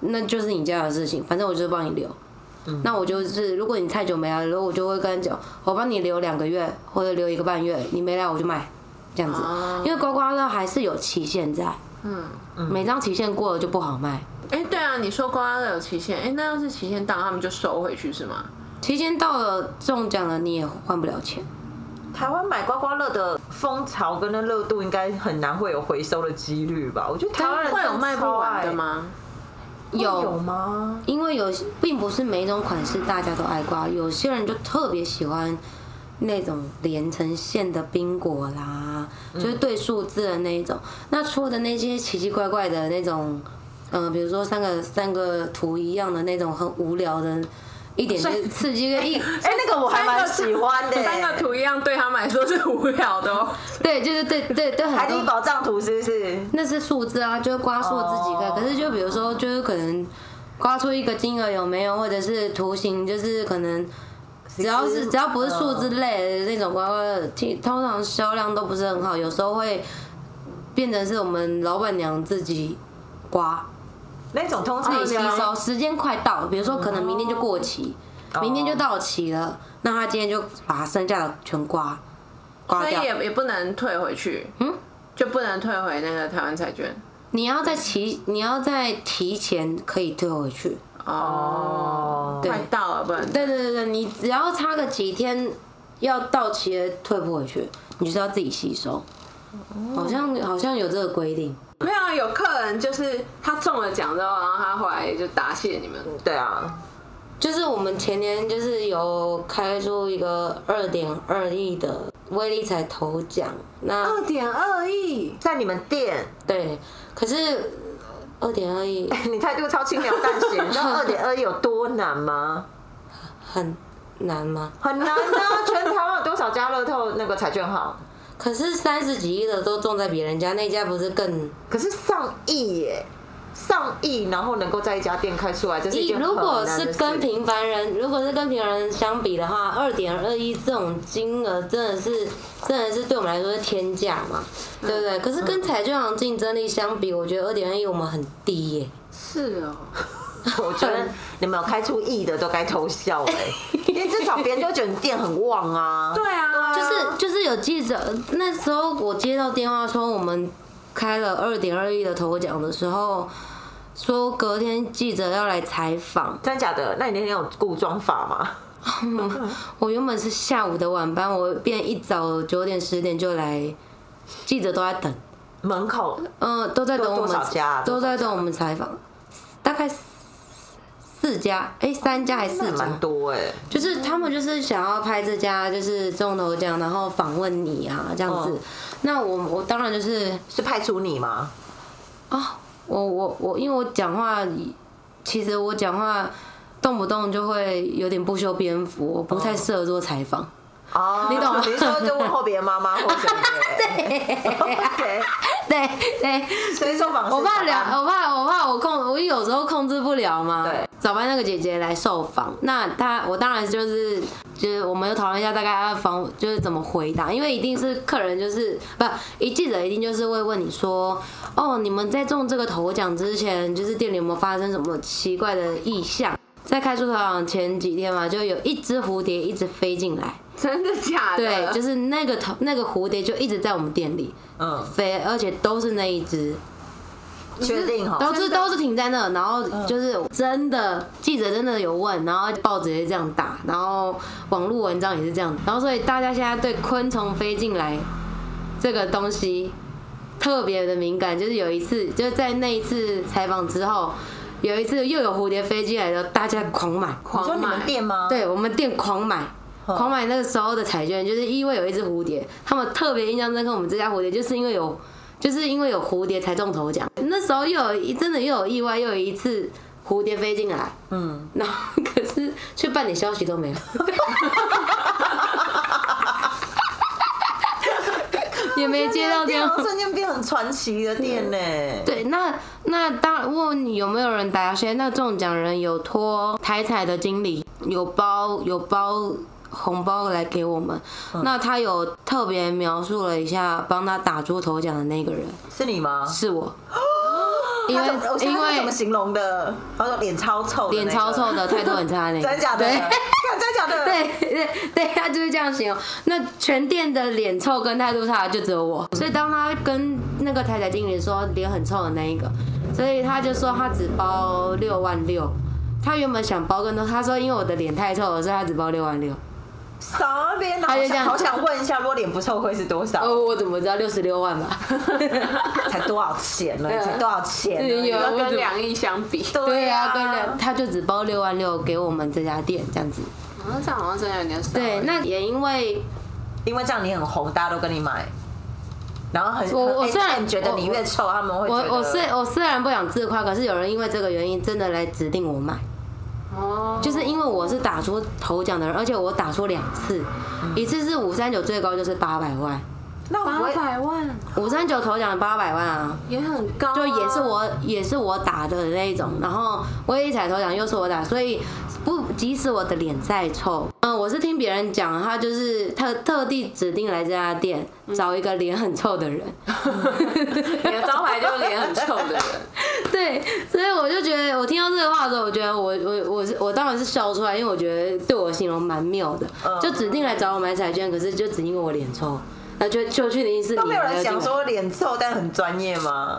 S1: 那就是你家的事情，反正我就是帮你留。那我就是，如果你太久没来，然后我就会跟他讲，我帮你留两个月或者留一个半月，你没来我就卖，这样子，
S2: 哦
S1: 因为刮刮乐还是有期限在，
S2: 嗯，
S1: 每张期限过了就不好卖，
S2: 哎，对啊，你说刮刮乐有期限，哎，那要是期限到，他们就收回去是吗？
S1: 期限到了中奖了你也换不了钱。
S3: 台湾买刮刮乐的风潮跟那热度，应该很难会有回收的几率吧？我觉得台湾人
S2: 会有卖不完的吗？
S3: 超爱？欸
S1: 有
S3: 哦有吗？
S1: 因为有些并不是每一种款式大家都爱刮，有些人就特别喜欢那种连成线的冰果啦，
S3: 嗯
S1: 就是对数字的那一种。那出的那些奇奇怪怪的那种，嗯、比如说三个三个图一样的那种很无聊的，一 点就刺激跟一，
S3: 哎、那个我还蛮喜 欢的、
S2: 三个图一样，对他们来说是无聊的 哦。
S1: 对，就是对对对
S3: 海
S1: 很
S3: 底
S1: 多。
S3: 宝藏图是不是？
S1: 那是数字啊，就是刮数字几个。
S3: 哦
S1: 可是就比如说，就是可能刮出一个金额有没有，或者是图形，就是可能只要是只要不是
S2: 嗯
S1: 数字类的那种刮刮乐，其通常销量都不是很好，有时候会变成是我们老板娘自己刮
S3: 那种通
S1: 自
S3: 常
S2: 啊
S1: 己啊吸收，时间快到，比如说可能明天就过期，
S2: 哦
S1: 明天就到期了，那他今天就把它剩下的全刮刮
S2: 所以
S1: 掉。
S2: 也也不能退回去，
S1: 嗯，
S2: 就不能退回那个台湾彩券。
S1: 你要在提，你要在提前可以退回去。
S2: 哦，
S1: 对
S2: 快到了，不能。
S1: 对对对对，你只要差个几天要到期了退不回去，你就是要自己吸收。好像好像有这个规定，
S2: 没有啊，有客人就是他中了奖之后，然后他回来就答谢你们。
S3: 对啊，
S1: 就是我们前年就是有开出一个二点二亿的威力彩头奖，那
S2: 二点二亿，
S3: 在你们店，
S1: 对，可是二点二亿
S3: 你态度超轻描淡写， 你知道二点二有多难吗？
S1: 很难吗？
S3: 很难 啊！全台湾有多少家乐透那个彩券号？
S1: 可是三十几亿的都中在别人家，那家不是更
S3: 可是上亿耶，上亿，然后能够在一家店开出来，这是一
S1: 一
S3: 件
S1: 如果
S3: 很难的
S1: 是
S3: 事
S1: 跟平凡人，如果是跟平凡人相比的话，二点二亿这种金额真的是，真的是对我们来说是天价嘛，
S3: 嗯
S1: 对不对？可是跟彩券行竞争力相比，我觉得二点二亿我们很低耶、
S2: 是哦，
S3: 我觉得你们有开出亿的都该偷笑哎、 因为至少别人都觉得你店很旺啊。
S2: 对啊，
S1: 就是就是有记者那时候我接到电话说我们开了二点二亿的头奖的时候，说隔天记者要来采访，
S3: 真假的？那你那天有故装法吗？嗯
S1: 我原本是下午的晚班，我变一早九点十点就来，记者都在等。
S3: 门口
S1: 嗯，都在等我
S3: 多
S1: 们
S3: 多少家啊，
S1: 都在等我们采访，大概四四家，哎、三家还是
S3: 那
S1: 四
S3: 也蛮
S1: 家？
S3: 多哎、
S1: 就是他们就是想要拍这家就是中头奖，然后访问你啊这样子。
S3: 嗯
S1: 那我我当然就是
S3: 是派出你吗？
S1: 啊、我我我，因为我讲话，其实我讲话动不动就会有点不修边幅，我不太适合做采访。
S3: 哦，
S1: 你懂吗
S3: 你说就问候别人妈妈或者对 OK，
S1: 对对，
S3: 谁受访是
S1: 我怕
S3: 小
S1: 聊，哦
S3: 安
S1: 我怕我怕我控，我有时候控制不了嘛。
S3: 对，
S1: 早班那个姐姐来受访，那她我当然就是就是我们就讨论一下大概她访就是怎么回答，因为一定是客人就是不一记者一定就是会问你说，哦，你们在中这个头奖之前，就是店里有没有发生什么奇怪的异象？在开出头奖前几天嘛，就有一只蝴蝶一直飞进来，
S2: 真的假的？
S1: 对，就是那个头那个蝴蝶就一直在我们店里
S3: 嗯，
S1: 飞，而且都是那一只。
S3: 确定哈，
S1: 都是都是停在那，然后就是真的记者真的有问，然后报纸也是这样打，然后网络文章也是这样，然后所以大家现在对昆虫飞进来这个东西特别的敏感，就是有一次就在那一次采访之后，有一次又有蝴蝶飞进来的时候，大家狂买，
S3: 你说
S2: 狂
S3: 你们
S2: 买。
S3: 店吗？，
S1: 对我们店狂买。
S3: 嗯
S1: 狂买那个时候的彩券，就是因为有一只蝴蝶，他们特别印象深刻。我们这家蝴蝶就是因为有，就是因为有蝴蝶才中头奖。那时候又有一真的又有意外，又有一次蝴蝶飞进来，
S3: 嗯，
S1: 然后可是却半点消息都没有， 也没接到电话。
S3: 瞬间变很传奇的店呢。
S1: 对，那那当然问你有没有人答谢，那中奖人有托台彩的经理有包有包红包来给我们，
S3: 嗯
S1: 那他有特别描述了一下帮他打出头奖的那个人
S3: 是你吗？
S1: 是我，因为
S3: 哦他怎么我现在
S1: 因
S3: 他怎么
S1: 为
S3: 形容的？他说脸超臭，
S1: 脸超臭，的，态度很差那个，
S3: 真的假的？
S1: 对
S3: 干真的假 的？，
S1: 对对对，他就是这样形容。那全店的脸臭跟态度差的就只有我，所以当他跟那个台彩经理说脸很臭的那一个，所以他就说他只包六万六。他原本想包更多，他说因为我的脸太臭了，所以他只包六万六。
S3: 傻边，然后
S1: 他就这
S3: 我想
S1: 样
S3: 好想问一下，如果脸不臭会是多少？
S1: 哦，我怎么知道六十六万吧？
S3: 才多少钱呢？
S1: 对啊
S3: 才多少钱呢？
S1: 对有我
S2: 要
S1: 怎
S2: 跟
S1: 么
S2: 梁毅相 比，
S1: 对呀、
S3: 啊，
S1: 跟了他就只包六万六给我们这家店这样子。
S2: 好啊像这样好像真的有点少。欸
S1: 对，那也因为
S3: 因为这样你很红，大家都跟你买，然后很
S1: 我
S3: 很
S1: 我
S3: 哎
S1: 虽然
S3: 他们觉得你越臭，他们会
S1: 我
S3: 觉得
S1: 我虽我虽然不想自夸，可是有人因为这个原因真的来指定我买。
S2: 哦，
S1: 就是因为我是打出头奖的人，而且我打出两次，
S3: 嗯
S1: 一次是五三九最高就是八百万，
S3: 那
S2: 八
S3: 我会
S2: 百万
S1: 五三九头奖八百万啊，
S2: 也很高啊，
S1: 就也是我也是我打的那一种，然后我也一彩头奖又是我打，所以不即使我的脸再臭，嗯、我是听别人讲，他就是特特地指定来这家店找一个脸很臭的人，
S2: 嗯 你的招牌就是脸很臭的人，
S1: 对，所以我就觉得，我听到这个话的时候，我觉得我我我是我当然是笑出来，因为我觉得对我形容蛮妙的，
S3: 嗯
S1: 就指定来找我买彩券，可是就只因为我脸臭，那就就确定是你
S3: 都没有人
S1: 进
S3: 想
S1: 来
S3: 说脸臭，但很专业吗？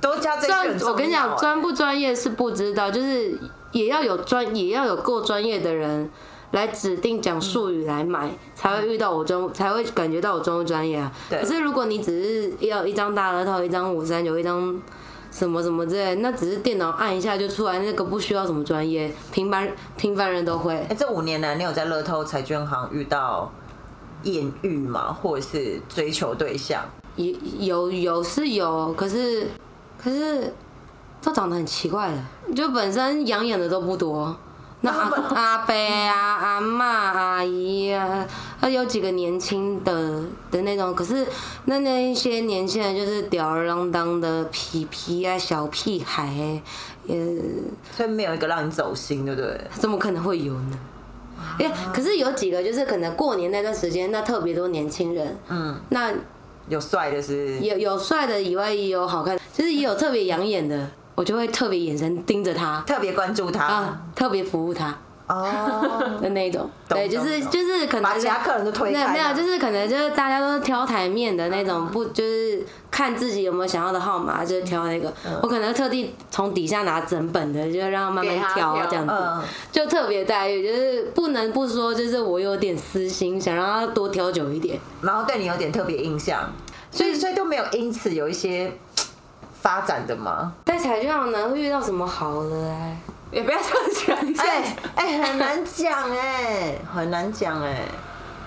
S3: 都加这一句
S1: 专
S3: 很重要
S1: 我跟你讲，
S3: 哎
S1: 专不专业是不知道，就是也要有专，也要有够专业的人来指定讲术语来买，才会遇到我专，才会感觉到我专不专业啊。
S3: 对
S1: 可是如果你只是要一张大乐透，一张五三九，一张。什么什么之类，那只是电脑按一下就出来，那个不需要什么专业，平凡平凡人都会。
S3: 哎、这五年来，你有在乐透彩券行遇到艳遇吗？或者是追求对象？
S1: 有有有是有，可是可是都长得很奇怪的，就本身养眼的都不多。那阿阿伯啊、阿嬷、阿姨啊，啊有几个年轻的的那种，可是那那一些年轻人就是吊儿郎当的痞痞啊、小屁孩、也
S3: 所以没有一个让你走心，对不对？
S1: 怎么可能会有呢？哎、可是有几个就是可能过年那段时间，那特别多年轻人，
S3: 嗯，
S1: 那
S3: 有帅的是，
S1: 有有帅的以外，也有好看的，就是也有特别养眼的，我就会特别眼神盯着他
S3: 特别关注他
S1: 啊，特别服务他
S3: 哦。
S1: 的那一种。
S3: 懂
S1: 对，就是
S3: 懂
S1: 就是可
S3: 把
S1: 能
S3: 其他客人都推
S1: 没
S3: 开
S1: 有
S3: 了，
S1: 没有，就是可能就是大家都是挑台面的那种，不就是看自己有没有想要的号码，就是挑那个。
S3: 嗯
S1: 我可能特地从底下拿整本的，就让他慢
S2: 给
S1: 慢
S2: 他
S1: 挑
S2: 挑
S1: 这样子。
S3: 嗯，
S1: 就特别待遇，就是不能不说，就是我有点私心，想让他多挑久一点。
S3: 然后对你有点特别印象，所以所以都没有因此有一些嘖发展的吗？
S1: 在彩券行能遇到什么好的哎、
S2: 也不要这样讲。
S3: 哎
S2: 现在
S3: 哎、很难讲哎、很难讲哎、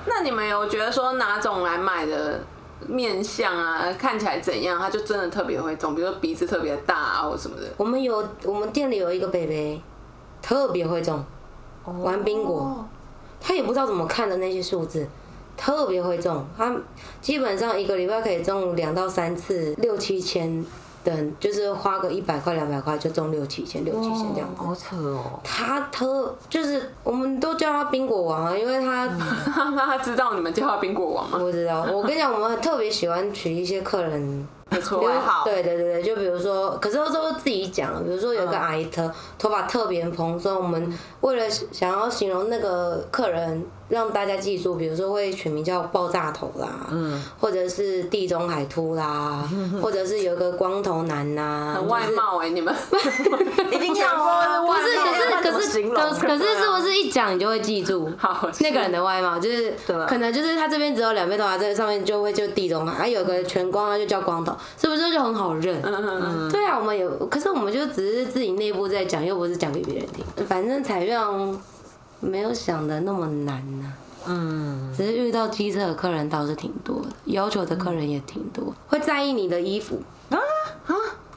S2: 那你们有觉得说哪种来买的面相啊，看起来怎样，他就真的特别会中，比如说鼻子特别大啊，或什么的。
S1: 我们有我们店里有一个北北，特别会中，玩宾果，他也不知道怎么看的那些数字，特别会中，他基本上一个礼拜可以中两到三次，六七千等，就是花个一百块两百块就中六七千六七千这样子。
S3: 好扯哦。
S1: 他特就是我们都叫他冰果王啊，因为他
S2: 那他知道你们叫他冰果王吗？
S1: 不知道，我跟你讲，我们特别喜欢取一些客人
S2: 没
S1: 比
S2: 错
S1: 如
S2: 外号，
S1: 对对对对，就比如说，可是都是自己讲了。比如说有一个
S2: 嗯
S1: 阿姨头、头发特别蓬松，我们为了想要形容那个客人，让大家记住，比如说会取名叫爆炸头啦，嗯，或者是地中海秃 啦，或者是有一个光头男呐、
S2: 很外貌哎、你们
S3: 一定要啊！
S1: 就是。
S2: 外貌
S1: 可是可是
S3: 形
S1: 可
S3: 容
S1: 是可是是不是一讲你就会记住？
S2: 啊好
S1: 那个人的外貌就是
S3: 对吧，
S1: 可能就是他这边只有两边头发，这上面就会就地中海，啊有个全光，他就叫光头，是不是就很好认？
S2: 嗯
S3: 嗯
S1: 对啊，我们有，可是我们就只是自己内部在讲，又不是讲给别人听，反正彩票没有想的那么难呢、嗯，只是遇到机车的客人倒是挺多的，要求的客人也挺多，会在意你的衣服，
S2: 啊，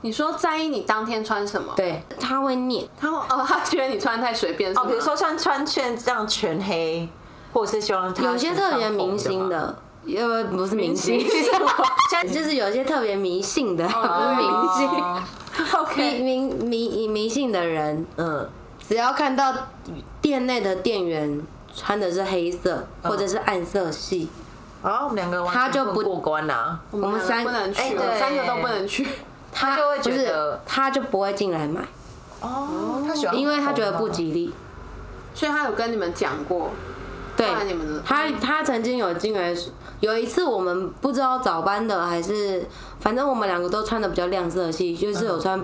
S2: 你说在意你当天穿什么？
S1: 对，他会念，
S2: 他会哦，他觉得你穿太随便是吗
S3: 哦，比如说像穿圈这样全黑，或者是希望他
S1: 有些特别明星
S3: 身上红嘛，哦
S1: 的，呃，不是明星， 就是有些特别迷信的，不 是明星。
S3: 哦
S1: 迷
S2: OK，
S1: 迷迷迷信的人，
S3: 嗯，
S1: 只要看到店内的店员穿的是黑色
S3: 嗯
S1: 或者是暗色系，
S3: 然哦后我们两个完全
S1: 他就不
S3: 过关啊啦，
S1: 我们三
S2: 不能
S3: 哎
S2: 去，
S3: 对
S2: 三个都不能去。
S1: 他
S3: 他就会觉
S1: 不是
S3: 得
S1: 他就不会进来买，
S3: 哦，他喜欢，
S1: 因为他觉得不，吉利。
S2: 所以他有跟你们讲过，
S1: 对
S2: 那你们，
S1: 他他曾经有进来，有一次我们不知道早班的还是，反正我们两个都穿的比较亮色系，就是有穿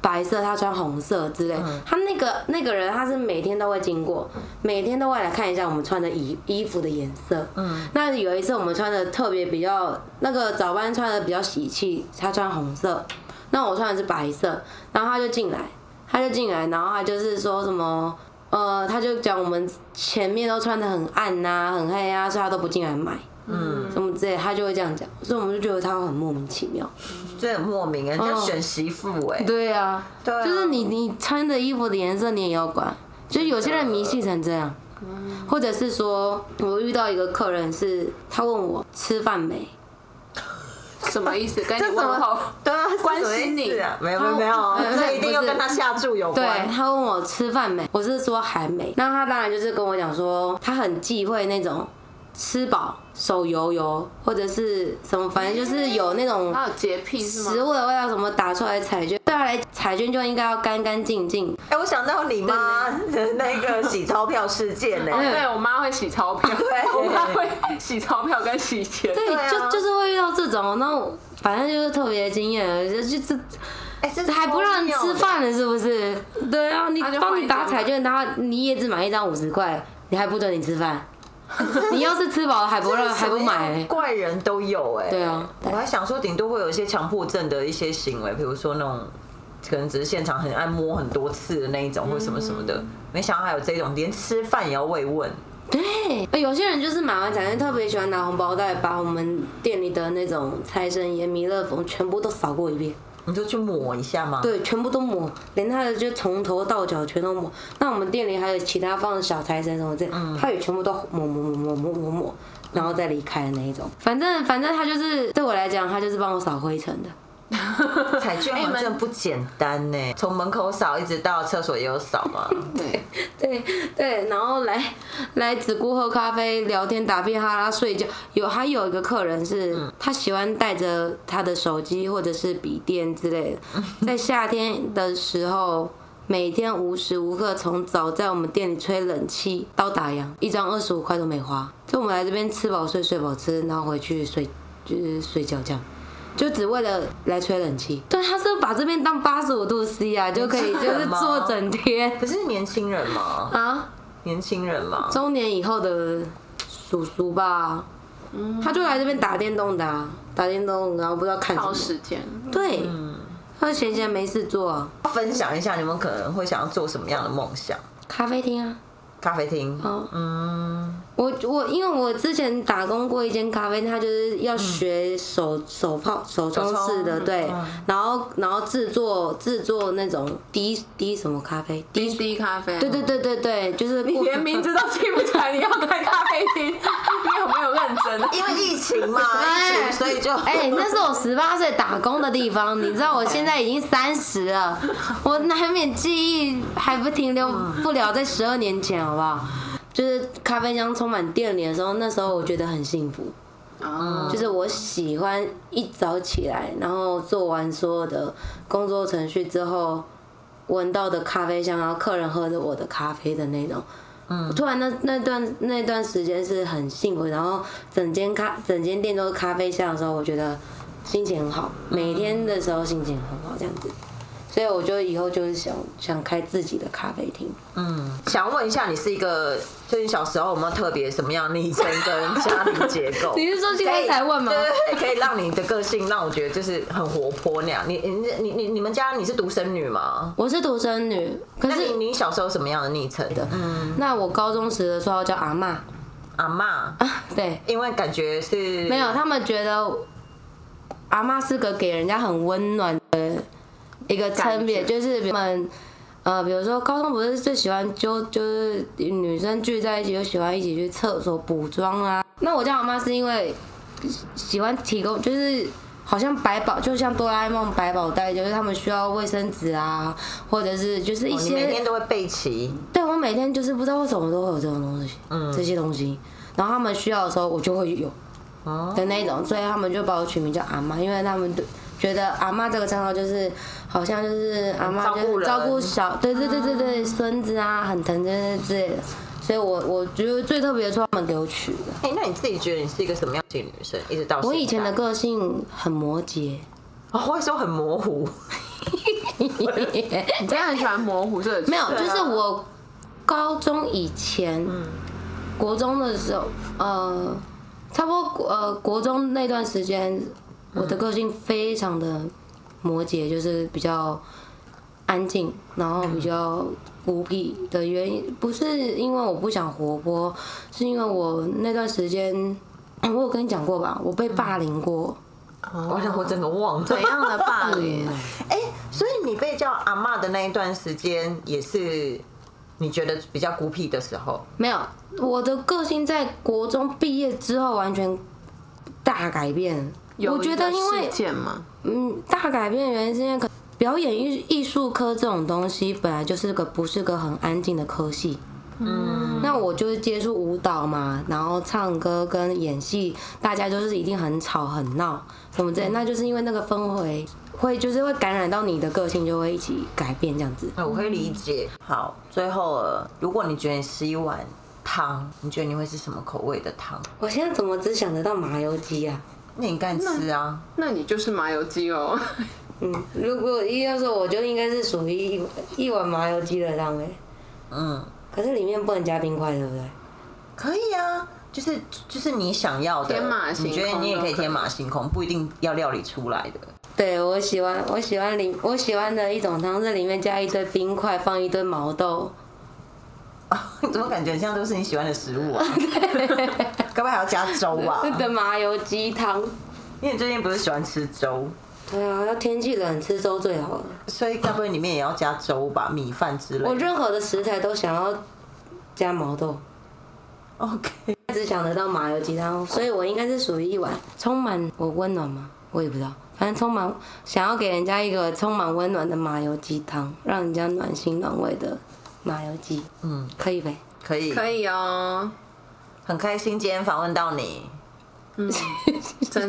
S1: 白色，他穿红色之类。他那个那个人他是每天都会经过，每天都会来看一下我们穿的衣衣服的颜色。嗯，那有一次我们穿的特别比较，那个早班穿的比较喜气，他穿红色，那我穿的是白色，然后他就进来，他就进来，然后他就是说什么。呃，他就讲我们前面都穿的很暗呐、很黑啊，所以他都不进来买，嗯，什么之类，他就会这样讲，所以我们就觉得他很莫名其妙。
S3: 这很莫名，人家
S1: 嗯
S3: 选媳妇哎，
S1: 对啊，
S3: 对啊
S1: 就是你你穿的衣服的颜色你也要管，就是有些人迷信成这样，或者是说我遇到一个客人是他问我吃饭没，
S2: 什么意思？跟你
S3: 这
S2: 问候，
S3: 对啊，
S2: 关心你
S3: 是啊，没有没有没有
S1: 他，嗯
S3: 这一定
S1: 不是
S3: 又跟他下注有
S1: 对
S3: 关，
S1: 他问我吃饭没，我是说还没，那他当然就是跟我讲说他很忌讳那种吃饱手油油或者是什么，反正就是有那种
S2: 他有洁癖是
S1: 食
S2: 吗？
S1: 物的味道什么打出来彩券，对他来彩券就应该要干干净净。
S3: 哎，我想到你妈的那个洗钞票事件呢，
S1: 嗯
S2: 对我妈会洗钞票，
S3: 对
S2: 我妈会洗钞票跟 洗钱。
S1: 对，
S3: 对啊
S1: 就就是会遇到这种，那我反正就是特别惊艳，就就
S3: 哎，这
S1: 这还不让人吃饭了，是不是？对啊，你
S2: 那就换
S1: 帮
S2: 一
S1: 你
S2: 张
S1: 打彩券，他你也只买一张五十块，你还不准你吃饭，你要是吃饱了还不让还不买、欸，
S3: 怪人都有哎、
S1: 对啊
S3: 我还想说，顶多会有一些强迫症的一些行为，比如说那种可能只是现场很爱摸很多次的那一种，或什么什么的。
S1: 嗯
S3: 没想到还有这种，连吃饭也要慰问。
S1: 对，哎有些人就是买完彩券特别喜欢拿红包袋把我们店里的那种财神爷、弥勒佛全部都扫过一遍。
S3: 你就去抹一下吗？，
S1: 对，全部都抹，连他的就从头到脚全都抹。那我们店里还有其他放小财神什么之类，他也全部都抹抹抹抹抹抹抹，然后再离开的那一种。反正反正他就是对我来讲，他就是帮我扫灰尘的。
S3: 彩券
S2: 哎你
S3: 好
S2: 们
S3: 像真的不简单呢、从门口扫一直到厕所也有扫嘛。
S2: 对，
S1: 对对，然后来来只顾喝咖啡、聊天、打屁哈啦、睡觉。有还有一个客人是，他喜欢带着他的手机或者是笔电之类的，在夏天的时候。每天无时无刻从早在我们店里吹冷气到打烊，一张二十五块都没花。就我们来这边吃饱睡，睡饱吃，然后回去睡，就是睡觉这样。就只为了来吹冷气，对，他是把这边当八十五度 C 啊，就可以就是坐整天
S3: 可是年轻人嘛，
S1: 啊。
S3: 年轻人嘛，
S1: 中年以后的叔叔吧，他就来这边打电动的、啊，打电动，然后不知道看什
S2: 耗
S1: 么。
S2: 时间。
S1: 对，他闲闲没事做啊、
S3: 分享一下你们可能会想要做什么样的梦想？
S1: 咖啡厅啊。
S3: 咖啡厅，
S1: 哦
S3: 嗯，
S1: 我我因为我之前打工过一间咖啡，店，他就是要学手、手泡嗯手冲式的，
S3: 手冲
S1: 对，
S3: 嗯
S1: 然后然后制作制作那种滴滴什么咖啡，滴
S2: 滴滴咖啡，
S1: 对对对对对，就是
S2: 你连名字都记不起来，你要开咖啡厅，你有没有认生啊。
S3: 因为疫情 嘛，疫情所以就
S1: 哎、那是我十八岁打工的地方，你知道我现在已经三十 了，我难免记忆还不停留不了在十二年前，好不好？就是咖啡香充满电力的时候，那时候我觉得很幸福，
S2: 哦
S1: 就是我喜欢一早起来，然后做完所有的工作程序之后，闻到的咖啡香，然后客人喝着我的咖啡的那种。嗯，突然那那段那段时间是很幸福，然后整间咖整间店都是咖啡香的时候，我觉得心情很好，每天的时候心情很好这样子，所以我就以后就是想想开自己的咖啡厅。
S3: 嗯，想问一下，你是一个，就是你小时候有没有特别什么样昵称跟家庭结构？
S1: 你是说现在才问吗？
S3: 对对对，可以让你的个性让我觉得就是很活泼那样。你你你你你们家你是独生女吗？
S1: 我是独生女，可
S3: 那
S1: 是
S3: 你你小时候什么样的昵称的？嗯，
S1: 那我高中时的绰号叫阿嬷，啊
S3: 阿妈，
S1: 对，
S3: 因为感觉是哦
S1: 没有，他们觉得阿嬷是个给人家很温暖的一个称别，
S2: 感
S1: 就
S2: 觉
S1: 是他们呃，比如说高中不是最喜欢就就是女生聚在一起就喜欢一起去厕所补妆啊。那我叫阿妈是因为喜欢提供，就是好像百宝，就像哆啦 A 梦百宝袋，就是他们需要卫生纸啊，或者是就是一
S3: 哦你
S1: 些、
S3: 每天都会备齐，
S1: 对我每天就是不知道为什么都会有这种东西，
S3: 嗯
S1: 这些东西，然后他们需要的时候我就会有
S3: 哦
S1: 的那种，所以他们就把我取名叫阿妈，因为他们都觉得阿妈这个称号就是好像就是阿妈
S3: 照顾
S1: 就是
S3: 人嗯
S1: 照顾小，对对对对对孙子啊，很疼这之类的，所以我我觉得最特别的是他们给我取的。
S3: 哎、那你自己觉得你是一个什么样的女生？一直到
S1: 我以
S3: 现
S1: 前的
S3: 在、
S1: 个性很摩羯，
S3: 哦、我也说很模糊，
S2: 你真的啊很喜欢模糊，这
S1: 没有，就是我高中以前，国中的时候，呃，差不多国呃国中那段时间，我的个性非常的摩羯，就是比较安静，然后比较孤僻的原因，不是因为我不想活泼，是因为我那段时间。我有跟你讲过吧，我被霸凌过，
S3: 我想我整个忘了。
S2: 哦怎样的霸凌？
S1: 嗯
S3: 哎、所以你被叫阿妈的那一段时间，也是你觉得比较孤僻的时候，
S1: 没有，我的个性在国中毕业之后完全大改变。
S2: 有
S1: 我觉得
S2: 一个
S1: 因为
S2: 事件吗？
S1: 嗯，大改变的原因是因为可表演艺艺术科这种东西本来就是个不是个很安静的科系。嗯，那我就是接触舞蹈嘛，然后唱歌跟演戏，大家就是一定很吵很闹什么之
S2: 嗯
S1: 类，那就是因为那个氛围会就是会感染到你的个性，就会一起改变这样子。
S3: 哎我可
S2: 嗯
S3: 以理解。好，最后了，如果你觉得你是一碗汤，你觉得你会是什么口味的汤？
S1: 我现在怎么只想得到麻油鸡啊？
S3: 那你敢吃啊？
S2: 那你就是麻油鸡哦。
S1: 嗯，如果一要说，我就应该是属于一碗一碗麻油鸡的汤哎，
S3: 嗯，
S1: 可是里面不能加冰块，对不对？
S3: 可以啊，就是就是你想要的，
S2: 天马行空
S3: 你觉得你也可以
S2: 都可以
S3: 天马行空，不一定要料理出来的。
S1: 对，我喜欢我喜欢里我喜欢的一种汤是里面加一堆冰块，放一堆毛豆。
S3: 你怎么感觉很像都是你喜欢的食物啊？该不会还要加粥 啊？
S1: 的麻油鸡汤。
S3: 因为你最近不是喜欢吃粥，
S1: 对啊，要天气冷吃粥最好了。
S3: 所以该不会里面也要加粥吧？米饭之类
S1: 我
S3: 的。
S1: 任何的食材都想要加毛豆，
S3: OK，
S1: 只想得到麻油鸡汤，所以我应该是属于一碗充满我温暖吗？我也不知道，反正充满想要给人家一个充满温暖的麻油鸡汤，让人家暖心暖胃的麻油鸡，
S3: 嗯，
S1: 可以呗？
S3: 可以，
S2: 可以哦，
S3: 很开心今天访问到你。
S2: 嗯，真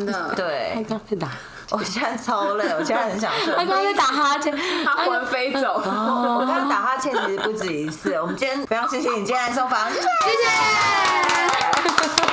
S2: 的，
S1: 他
S3: 对，
S1: 嗯刚在打，
S3: 我现在超累，我现在很想睡。
S1: 他哎刚在打哈欠，
S2: 他魂飞走。
S1: 哎
S3: 我刚刚打哈欠其实不止一次。我们今天非常谢谢你今天来受访，谢谢。
S1: 谢谢。